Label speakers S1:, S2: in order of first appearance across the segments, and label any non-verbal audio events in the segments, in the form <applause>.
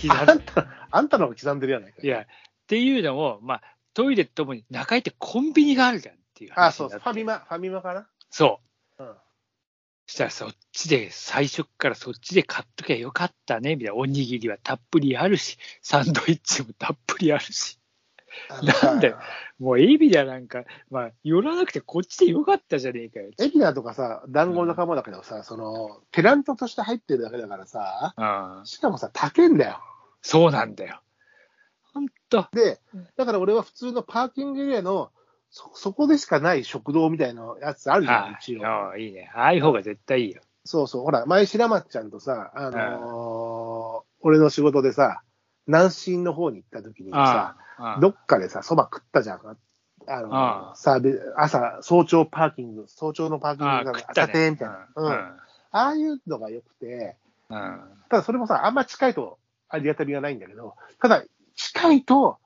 S1: <laughs> たのが刻んでるやないか。
S2: いや、っていうのも、まあ、トイレともに中井ってコンビニがあるじゃんっていう話に
S1: あ
S2: な
S1: あ、そう
S2: って
S1: そう。ファミ。マ、ファミマかな。
S2: そう。
S1: うん。
S2: したらそっちで、最初っからそっちで買っときゃよかったね、みたいな。おにぎりはたっぷりあるし、サンドイッチもたっぷりあるし。
S1: あの
S2: なんだよ。もうエビだなんか、まあ、寄らなくてこっちでよかったじゃねえかよ。
S1: エビナとかさ、団子の仲間だけどさ、その、ペナントとして入ってるだけだからさ、
S2: うん。
S1: しかもさ、高いんだよ。
S2: そうなんだよ。ほんと。
S1: で
S2: うん、
S1: だから俺は普通のパーキングエリアの、そ、そこでしかない食堂みたいなやつあるじゃん、
S2: あ
S1: 一応。
S2: あ、いいね。ああいう方が絶対いいよ。
S1: そうそう、ほら、前、白松ちゃんとさ、あのー俺の仕事でさ、南進の方に行った時にさ、
S2: ああ
S1: どっかでさ、そば食ったじゃん。あのー
S2: ああ
S1: サービス朝、早朝パーキング、早朝のパーキング
S2: ああ
S1: が
S2: 食った
S1: 朝
S2: ね。
S1: 店みたいな。
S2: う。
S1: うんん。
S2: う
S1: ああいうのが良くて、
S2: ん。うん
S1: ただそれもさ、あんま近いとありがたみがないんだけど、ただ、近いと、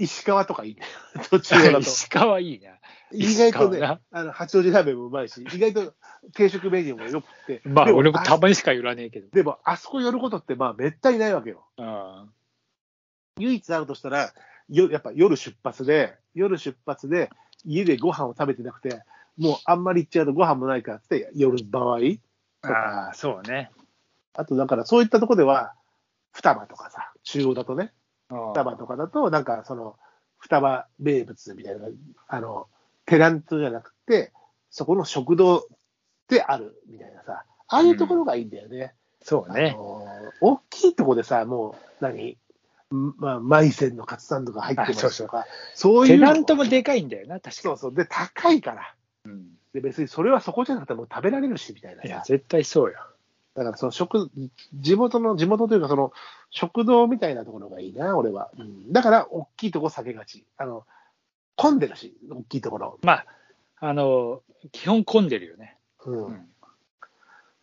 S1: 石川とかいいんだよ。 <laughs> 途中だと。
S2: 石川いいな。
S1: 意外と
S2: 石川な
S1: ね、あの、八王子ラーメンもうまいし、意外と定食メニューも良くて。
S2: ま
S1: で
S2: あ、俺もた
S1: あ
S2: まにしか寄らねえけど。
S1: でも、あそこ寄ることって、まあ、めったにないわけよ。
S2: うん。
S1: 唯一あるとしたら、よやっぱ夜出発で、夜出発で、家でご飯を食べてなくて、もうあんまり行っちゃうとご飯もないからって、夜場合と
S2: あ
S1: か
S2: あ、、そうね。
S1: あとだからそういったとこでは、双葉とかさ、中央だとね、
S2: うん
S1: 双葉とかだと、なんかその、双葉名物みたいなのが、あの、テナントじゃなくて、そこの食堂であるみたいなさ、ああいうところがいいんだよね。
S2: そう
S1: あ
S2: ね。
S1: の大きいとこでさ、もう何、んまあ、マイセンのカツサンドが入ってますとか、そうい
S2: テ
S1: うの
S2: ナントもでかいんだよな、確か
S1: そ
S2: に
S1: う。そう、で、高いから、
S2: うん
S1: で別にそれはそこじゃなくてもう食べられるしみたいない
S2: や、
S1: さ、
S2: 絶対そうよ。
S1: だからその食、地元の、地元というか、その食堂みたいなところがいいな、俺は。うん、だから、大きいとこ避けがち。あの混んでるし、大きいところ。
S2: まあ、あの、基本混んでるよね。
S1: うん
S2: うん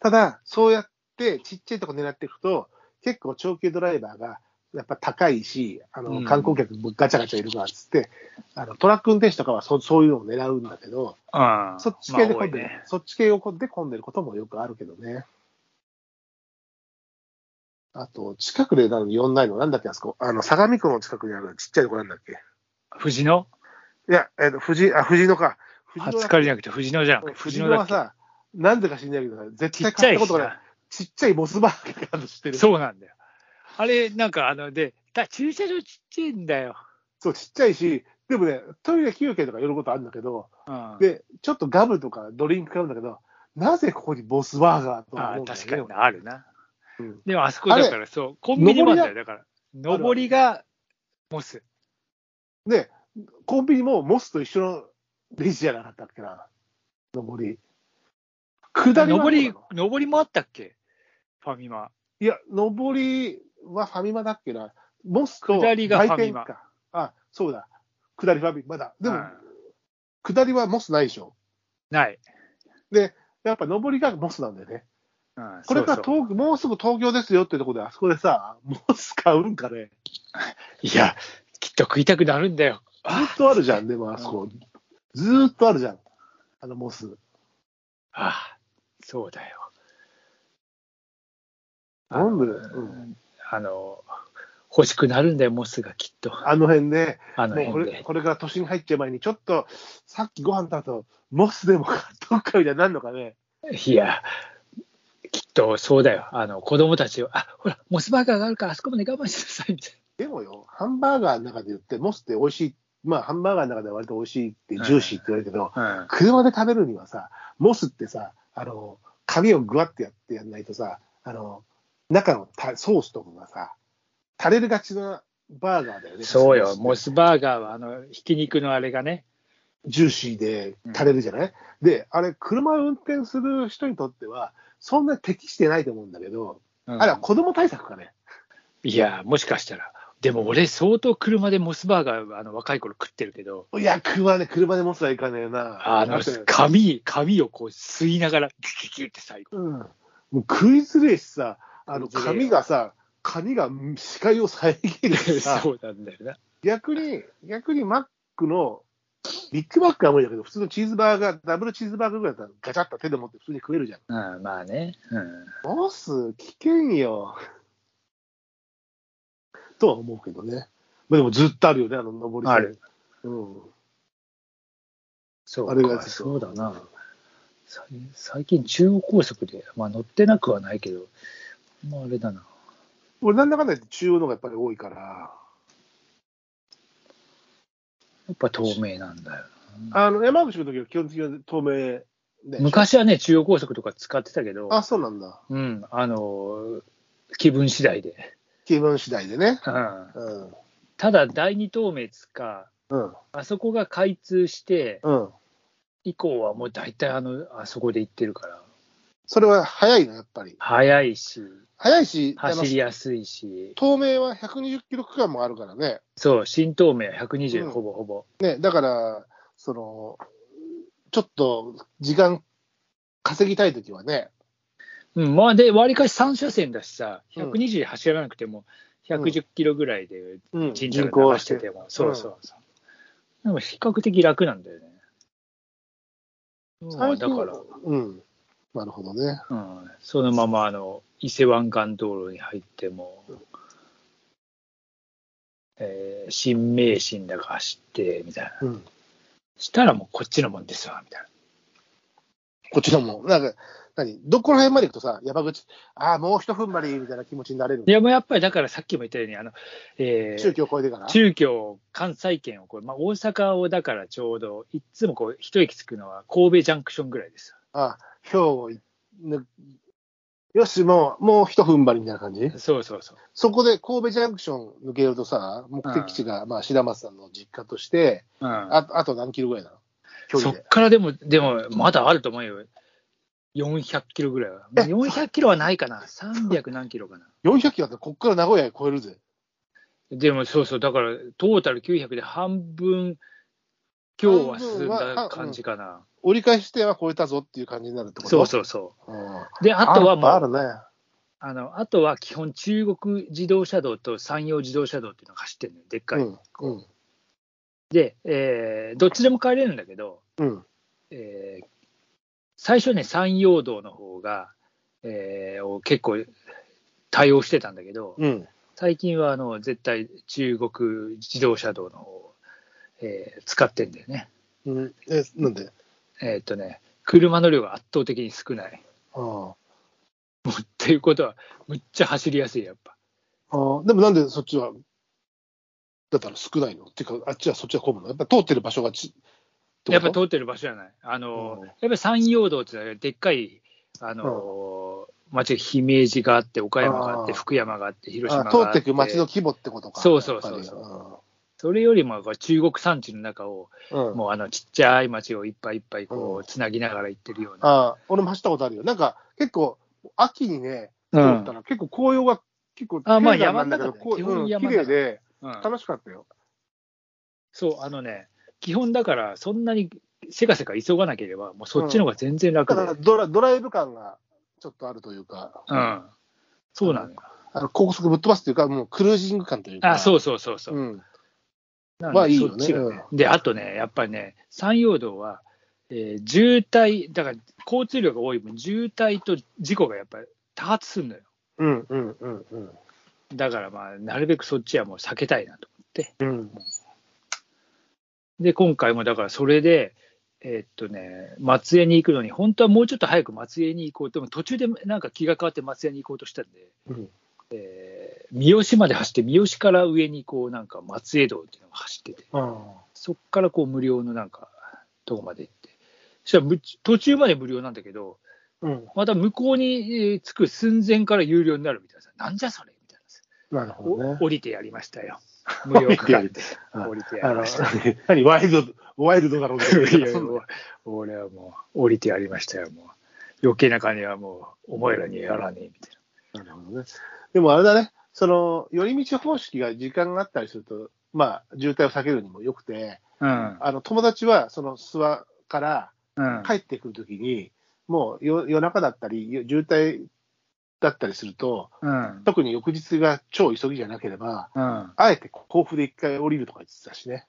S1: ただ、そうやってちっちゃいとこ狙っていくと、結構長距離ドライバーがやっぱ高いし、あ
S2: う
S1: の
S2: ん
S1: 観光客もガチャガチャいるからっつって、あのトラック運転手とかはそそういうのを狙うんだけど、
S2: ああ
S1: そっち系で
S2: まあ多い
S1: 混んでる、
S2: ね。
S1: そっち系を混んで混んでることもよくあるけどね。あと、近くでなのに呼んないの、なんだっけ、あそこ。あの、相模湖の近くにあるちっちゃいとこなんだっけ。
S2: 藤野
S1: いや、えっと、藤、あ、藤野か。藤
S2: 初
S1: 野
S2: 狩りじゃなくて藤野じゃん。
S1: 藤
S2: 藤
S1: 野
S2: 野だ
S1: は
S2: っけ
S1: さ、なんでか知んないけどさ、絶
S2: ちっ
S1: 対
S2: ちゃ
S1: 買
S2: い
S1: ったこ
S2: し
S1: とがない
S2: な。。
S1: ちっちゃいモスバーガーが知ってる。
S2: そうなんだよ。あれ、なんか、あの、で、だ駐車場ちっちゃいんだよ。
S1: そう、ちっちゃいし、でもね、トイレ休憩とか寄ることあるんだけど、
S2: うん、
S1: で、ちょっとガムとかドリンク買うんだけど、なぜここにボスバーガーと
S2: あ
S1: 思う
S2: あ
S1: んだよね
S2: 確かになあるな。
S1: うん
S2: でも、あそこだから、そう、コンビニもあるんだよ。だから、
S1: が
S2: 上りがモス。
S1: で、コンビニもモスと一緒のレジじゃなかったっけな、上り。下りはど
S2: 上
S1: うな
S2: り
S1: の、
S2: 上りもあったっけファミマ。
S1: いや、上りはファミマだっけな、モスと
S2: 下りがファミマ
S1: 売店か。あ、そうだ、下りファミマだ。でも、
S2: うん
S1: 下りはモスないでしょ。
S2: ない。
S1: やっぱ上りがモスなんだよね。
S2: うん
S1: これから
S2: そうそう
S1: 東もうすぐ東京ですよってとこで、あそこでさ、モス買うんかね。
S2: いや、きっと食いたくなるんだよ。
S1: ずっとあるじゃん、でもあそこ。ずーっとあるじゃん。あのモス。
S2: ああ、そうだよ。
S1: なん
S2: あの
S1: で、うん
S2: あの、欲しくなるんだよ、モスがきっと。
S1: あの辺で、
S2: あの
S1: もうこ
S2: 辺
S1: れ
S2: で。
S1: これから都心入っちゃう前に、ちょっとさっきご飯食べたとモスでも買っとくかみたいになるのかね。
S2: いや、きっとそうだよ。あの、子供たちを、あ、ほら、モスバーガーがあるから、あそこまで我慢しなさい、みたい
S1: でもよ、ハンバーガーの中で言って、モスって美味しい、まあハンバーガーの中では割と美味しいって、ジューシーって言われるけど、
S2: な。うん。
S1: 車で食べるにはさ、モスってさ、あの、紙をグワッてやってやんないとさ、あの、中のたソースとかがさ、垂れるがちなバーガーだよね。
S2: そうよ、
S1: モ
S2: モ
S1: スって
S2: スバーガーは、あの、ひき肉のあれがね、
S1: ジューシーで垂れるじゃない、で、あれ、車を運転する人にとっては、そんなに適してないと思うんだけど、
S2: うん
S1: あれは子供対策かね。
S2: いや、もしかしたら、でも俺、相当車でモスバーガー、あの、若い頃食ってるけど、
S1: いや、車ね、車でモスはいかねえな。
S2: あの
S1: だって、
S2: 紙、紙をこう吸いながら、キュキュキュって <laughs> 最後。
S1: うん、もう食いづれえしさ、あの、
S2: 食いづれえよ
S1: 髪がさ、髪がうん視界を遮る
S2: <laughs>
S1: しさ。
S2: そうなんだよな。
S1: 逆に、逆にマックの、ビッグマックは無理だけど、普通のチーズバーガー、ダブルチーズバーガーぐらいだったらガチャッと手で持って普通に食えるじゃん。
S2: うん、まあね。うん。
S1: ボス、危険よ。とは思うけどね。まあ、でもずっとあるよね、あの上り線
S2: ある。
S1: うん。
S2: そう
S1: あれがちょっ
S2: か、
S1: と
S2: そうだな。さ最近、中央高速で、まあ、乗ってなくはないけど、まあ、あれだな。
S1: 俺、なんだかんだ言って中央の方がやっぱり多いから、
S2: やっぱ透明なんだよ
S1: あの、山口の時は基本的に透明
S2: な。
S1: で。
S2: 昔はね、中央高速とか使ってたけど、
S1: あ、そうなんだ。
S2: うん、あの、気分次第で。
S1: 気分次第でね。
S2: うん、
S1: うん。
S2: ただ、第二透明つか、
S1: うん。
S2: あそこが開通して
S1: うん。
S2: 以降はもう大体あの、あそこで行ってるから、
S1: それは早いな、やっぱり。
S2: 速いし、
S1: 早いし、あの
S2: 走りやすいし、
S1: 透明は120キロ区間もあるからね。
S2: そう、新透明120、
S1: うん
S2: ほぼほぼ。
S1: ね、だから、その、ちょっと時間稼ぎたいときはね、
S2: うん、まあで、わりかし3車線だしさ、
S1: うん
S2: 120で走らなくても、
S1: うん
S2: 110キロぐらいで
S1: うん
S2: 人体を流してても、そうそうそう。でも比較的楽なんだよね。まあ、
S1: 最
S2: だ
S1: 近
S2: から、
S1: うん。なるほどね。
S2: うん、そのままあの伊勢湾岸道路に入っても、えー新名神だか走って、みたいな。
S1: うん。
S2: したらもうこっちのもんですわ、みたいな。
S1: こっちのも、なんか、何どこら辺まで行くとさ、山口、ああ、もう一踏ん張りみたいな気持ちになれる
S2: い。や、もうやっぱりだからさっきも言ったように、あの、えー
S1: 中期を超えてから。
S2: 中京関西圏をこう、まあ、大阪をだからちょうどいっつもこう一駅着くのは神戸ジャンクションぐらいです
S1: ああ、兵庫い、ねよし、もう、もう一踏ん張りみたいな感じ
S2: よそうそうそう
S1: そこで神戸ジャンクション抜けるとさ、目的地が、まあ、白松さんの実家として、、
S2: うん、
S1: ああと何キロぐらいなの距
S2: そ
S1: 離
S2: っ
S1: で。
S2: からでもでもまだあると思うよ400キロぐらいは
S1: え
S2: 400キロはないかな300何キロかな
S1: 400キロだって、こっから名古屋へ超えるぜ。
S2: でもそうそうだからトータル900で半分今日は進んだ感じかな、
S1: 折り返し地点は超えたぞっていう感じになるってこと
S2: そうそうそ
S1: うん。あ
S2: うであとはもう
S1: あるね。
S2: あのあとは基本中国自動車道と山陽自動車道っていうのが走ってるのよでっかい、
S1: うん。うん。
S2: で、えーどっちでも帰れるんだけど、
S1: うん。
S2: えー最初ね、山陽道の方が、えーを結構対応してたんだけど、
S1: うん。
S2: 最近はあの絶対中国自動車道の方を、えー使ってんだよね。
S1: うん、え、なんで
S2: えーっとね、車の量が圧倒的に少ない。
S1: あ
S2: っていうことは、むっちゃ走りやすい、やっぱ。
S1: あああ。でもなんでそっちは、だったら少ないのっていうか、あっちはそっちは混むのやっぱ通ってる場所がち、
S2: やっぱ
S1: てこ
S2: 通ってる場所じゃない。あの、
S1: うん
S2: やっぱ山陽道ってのはでっかい、あの、町、姫路があって、岡山があって、
S1: あー
S2: 福山があって、
S1: と
S2: 広島があって。
S1: ああ通っていく街の規模ってことか。
S2: そうそうそうそう
S1: そ
S2: それよりもこう中国山地の中を、
S1: うん。うん、
S2: もうあのちっちゃい町をいっぱいいっぱいこ
S1: うん
S2: う、つなぎながら行ってるような。
S1: ああ、俺も走ったことあるよ。なんか、結構、秋にね、通ったら、結構紅葉が、結構、
S2: あまあ
S1: 綺麗なんだけど
S2: 山の中だね
S1: こううん
S2: 基本山
S1: 綺
S2: の中
S1: 麗で、
S2: うん
S1: 楽しかったよ。
S2: そう、あのね、基本だから、そんなにせかせか急がなければ、もうそっちの方が全然
S1: だ
S2: 楽
S1: か
S2: だ
S1: ら
S2: よ。
S1: ドラ、ドライブ感がちょっとあるというか、
S2: うん。そうなのよ。
S1: あの高速ぶっ飛ばすというか、もうクルージング感というか。。
S2: あ、そううそうそうそう。
S1: ん。
S2: な
S1: ま
S2: の
S1: あ
S2: で
S1: いい
S2: そ
S1: よね
S2: っちがね。で、あとね、やっぱりね、山陽道は、えー渋滞、だから交通量が多い分、渋滞と事故がやっぱり多発するのよ。
S1: うんうんうんうん。
S2: だからまあ、なるべくそっちはもう避けたいなと。
S1: うん。
S2: で、今回もだからそれで、えーっとね、松江に行くのに、本当はもうちょっと早く松江に行こうと、でも途中でなんか気が変わって松江に行こうとしたんで、
S1: うん
S2: えー三好まで走って、三好から上にこう、なんか松江道っていうのが走ってて、
S1: あ
S2: そっからこう無料のなんか、とこまで行って、そしたらむ途中まで無料なんだけど、
S1: あうん。
S2: また向こうにえー着く寸前から有料になるみたいなさ、なんじゃそれみたいなさ、
S1: なるほど
S2: お
S1: ね。
S2: 降りてやりました
S1: <laughs>
S2: よ、無料かかって、
S1: あ
S2: 降りてや
S1: あ
S2: り
S1: の
S2: ました。、
S1: 何、ワイルド、ワイルドだろうけど
S2: <laughs> いやもう俺はもう降りてやりましたよもう余計な金はもうお前らにやらねえみたい
S1: なるほどね。でもあれだね、その、寄り道方式が時間があったりすると、まあ、渋滞を避けるにもよくて、
S2: な
S1: あの、友達は、その、諏訪から
S2: うんうん
S1: 帰ってくるときに、もう夜夜中だったり、夜渋滞だったりすると、
S2: うん
S1: 特に翌日が超急ぎじゃなければ、
S2: うん
S1: あえて甲府で一回降りるとか言ってたしね。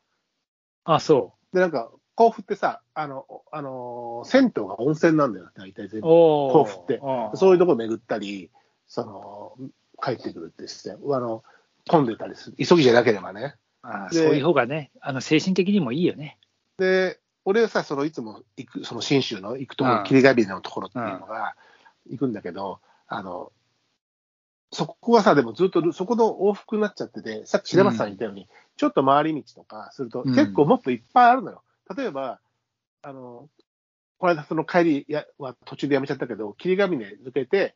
S2: あそ
S1: で、なんか、甲府ってさ、あの、おあのー銭湯が温泉なんだよ、大体全
S2: う
S1: 部。
S2: お
S1: 甲府って
S2: ああ
S1: そういうとこ巡ったり、その、帰ってくるってして、あの、混んでたりする。急ぎじゃなければね。
S2: ああ
S1: で
S2: そういう方がね、あの精神的にもいいよね。
S1: で、俺さ、そのいつも行く、その信州の行くところ、霧ヶ峰のところっていうのが、行くんだけど、あの、そこはさ、でもずっとル、そこの往復になっちゃってて、さっき白松さん言ったように、ちょっと回り道とかすると、
S2: うん
S1: 結構もっといっぱいあるのよ。例えば、あの、この間その帰りやは途中でやめちゃったけど、霧ヶ峰抜けて、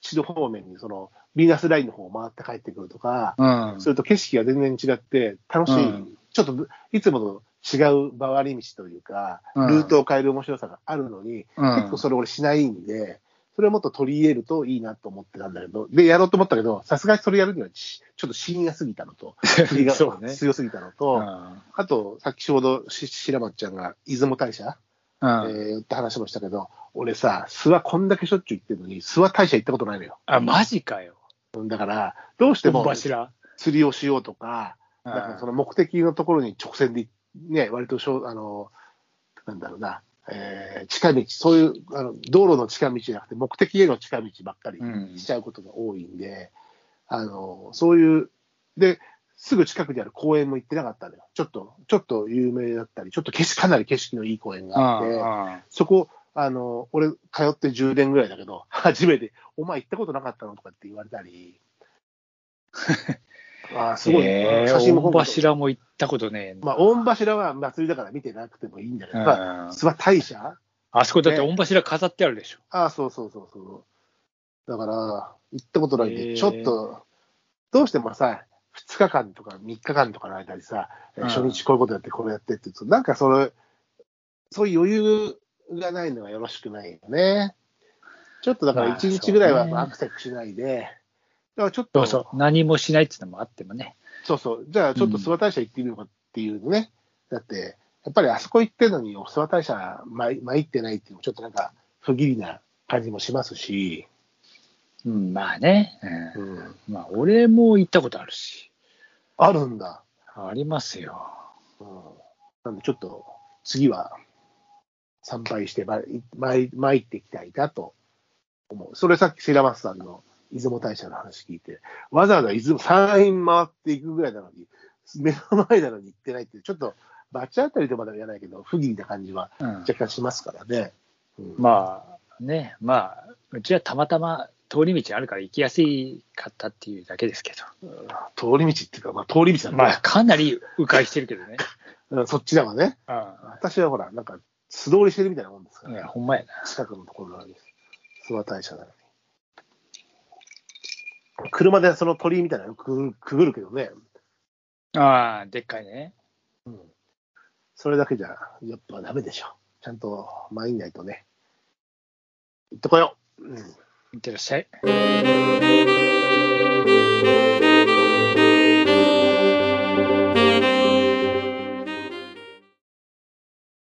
S1: シド方面にその、ビーナスラインの方を回って帰ってくるとか、
S2: うん
S1: それと景色が全然違って、楽しい、
S2: うん
S1: ちょっといつもと違う回り道というか、
S2: うん
S1: ルートを変える面白さがあるのに、結構それ俺しないんで、それをもっと取り入れるといいなと思ってたんだけど、で、やろうと思ったけど、さすがにそれやるにはちちょっと深夜過ぎた
S2: <laughs>
S1: のと、振りが
S2: そうね
S1: 強すぎたのと、あと、さっきちょうどし白松ちゃんが出雲大社、
S2: うんうん
S1: えーって話もしたけど、俺さ、諏訪こんだけしょっちゅう行ってるのに、諏訪大社行ったことないのよ。
S2: あ、マジかよ。
S1: だから、どうしても
S2: 柱。
S1: 釣りをしようとか、だからその目的のところに直線で、ね、割としょうあの、なんだろうな、えー近道、そういうあの道路の近道じゃなくて、目的への近道ばっかり
S2: うん
S1: しちゃうことが多いんで、あのそういう、で、すぐ近くにある公園も行ってなかったのよ。ちょっと、ちょっと有名だったり、ちょっと景色、かなり景色のいい公園があって、
S2: あ
S1: そこ、あの、俺、通って10年ぐらいだけど、 <laughs> 初めて、お前行ったことなかったのとかって言われた
S2: <laughs>
S1: り。あーすごい。
S2: え
S1: 写真
S2: ー、
S1: も本
S2: 大
S1: 当に
S2: 柱も行ったことねえな
S1: まあ、御柱は祭りだから見てなくてもいいんだけど、まあ、
S2: うん
S1: 諏訪大社
S2: あそこだって御柱飾ってあるでしょ。
S1: ああ、そうそうそうそう。だから、行ったことないん
S2: へ
S1: で、
S2: え
S1: ちょっと、どうしてもさ、2日間とか3日間とかの間にさ、
S2: うん
S1: 初日こういうことやって、これやってって言うと、なんかその、そういう余裕がないのはよろしくないよね。ちょっとだから
S2: まあ
S1: 1日ぐらいは
S2: そうね
S1: まあアクセスしないで、だからちょっ
S2: そ
S1: と、
S2: うそう。何もしないっていうのもあってもね。
S1: そうそうじゃあちょっと諏訪大社行ってみようかっていうね、だって、やっぱりあそこ行ってんのに、諏訪大社参参ってないっていうのも、ちょっとなんか不義理な感じもしますし、
S2: うん、まあね。
S1: うん、
S2: うん、まあ、俺も行ったことあるし。
S1: あるんだ。
S2: ありますよ。
S1: うん、なんでちょっと次は参拝してまい参参っていきたいなと思う。それさっき白松さんの出雲大社の話聞いて、わざわざ出雲山陰回っていくぐらいなのに、目の前なのに行ってないっていう、ちょっと罰当たりとまでは言わないけど、不義理な感じは
S2: うん、
S1: 若干しますからね。うん
S2: まあね、まあ、うちはたまたま通り道あるから行きやすいかったっていうだけですけ
S1: 通り道っていうか、まあ、通り道
S2: ど、ま
S1: だ
S2: あ、
S1: ね、
S2: かなり迂回してるけどね。
S1: うんそっちだわね。
S2: う
S1: 私はほら、なんか素通りしてるみたいなもんですか
S2: ん、い
S1: ら、
S2: や、ほんまやな。
S1: 近くのところなのに、諏訪大社なのに。車でその鳥居みたいなのくぐるくぐるけどね、
S2: ああ、でっかいね。
S1: うん、それだけじゃやっぱダメでしょ。ちゃんと参んないとね。行ってこよう。うん
S2: いってらっしゃい。
S1: 「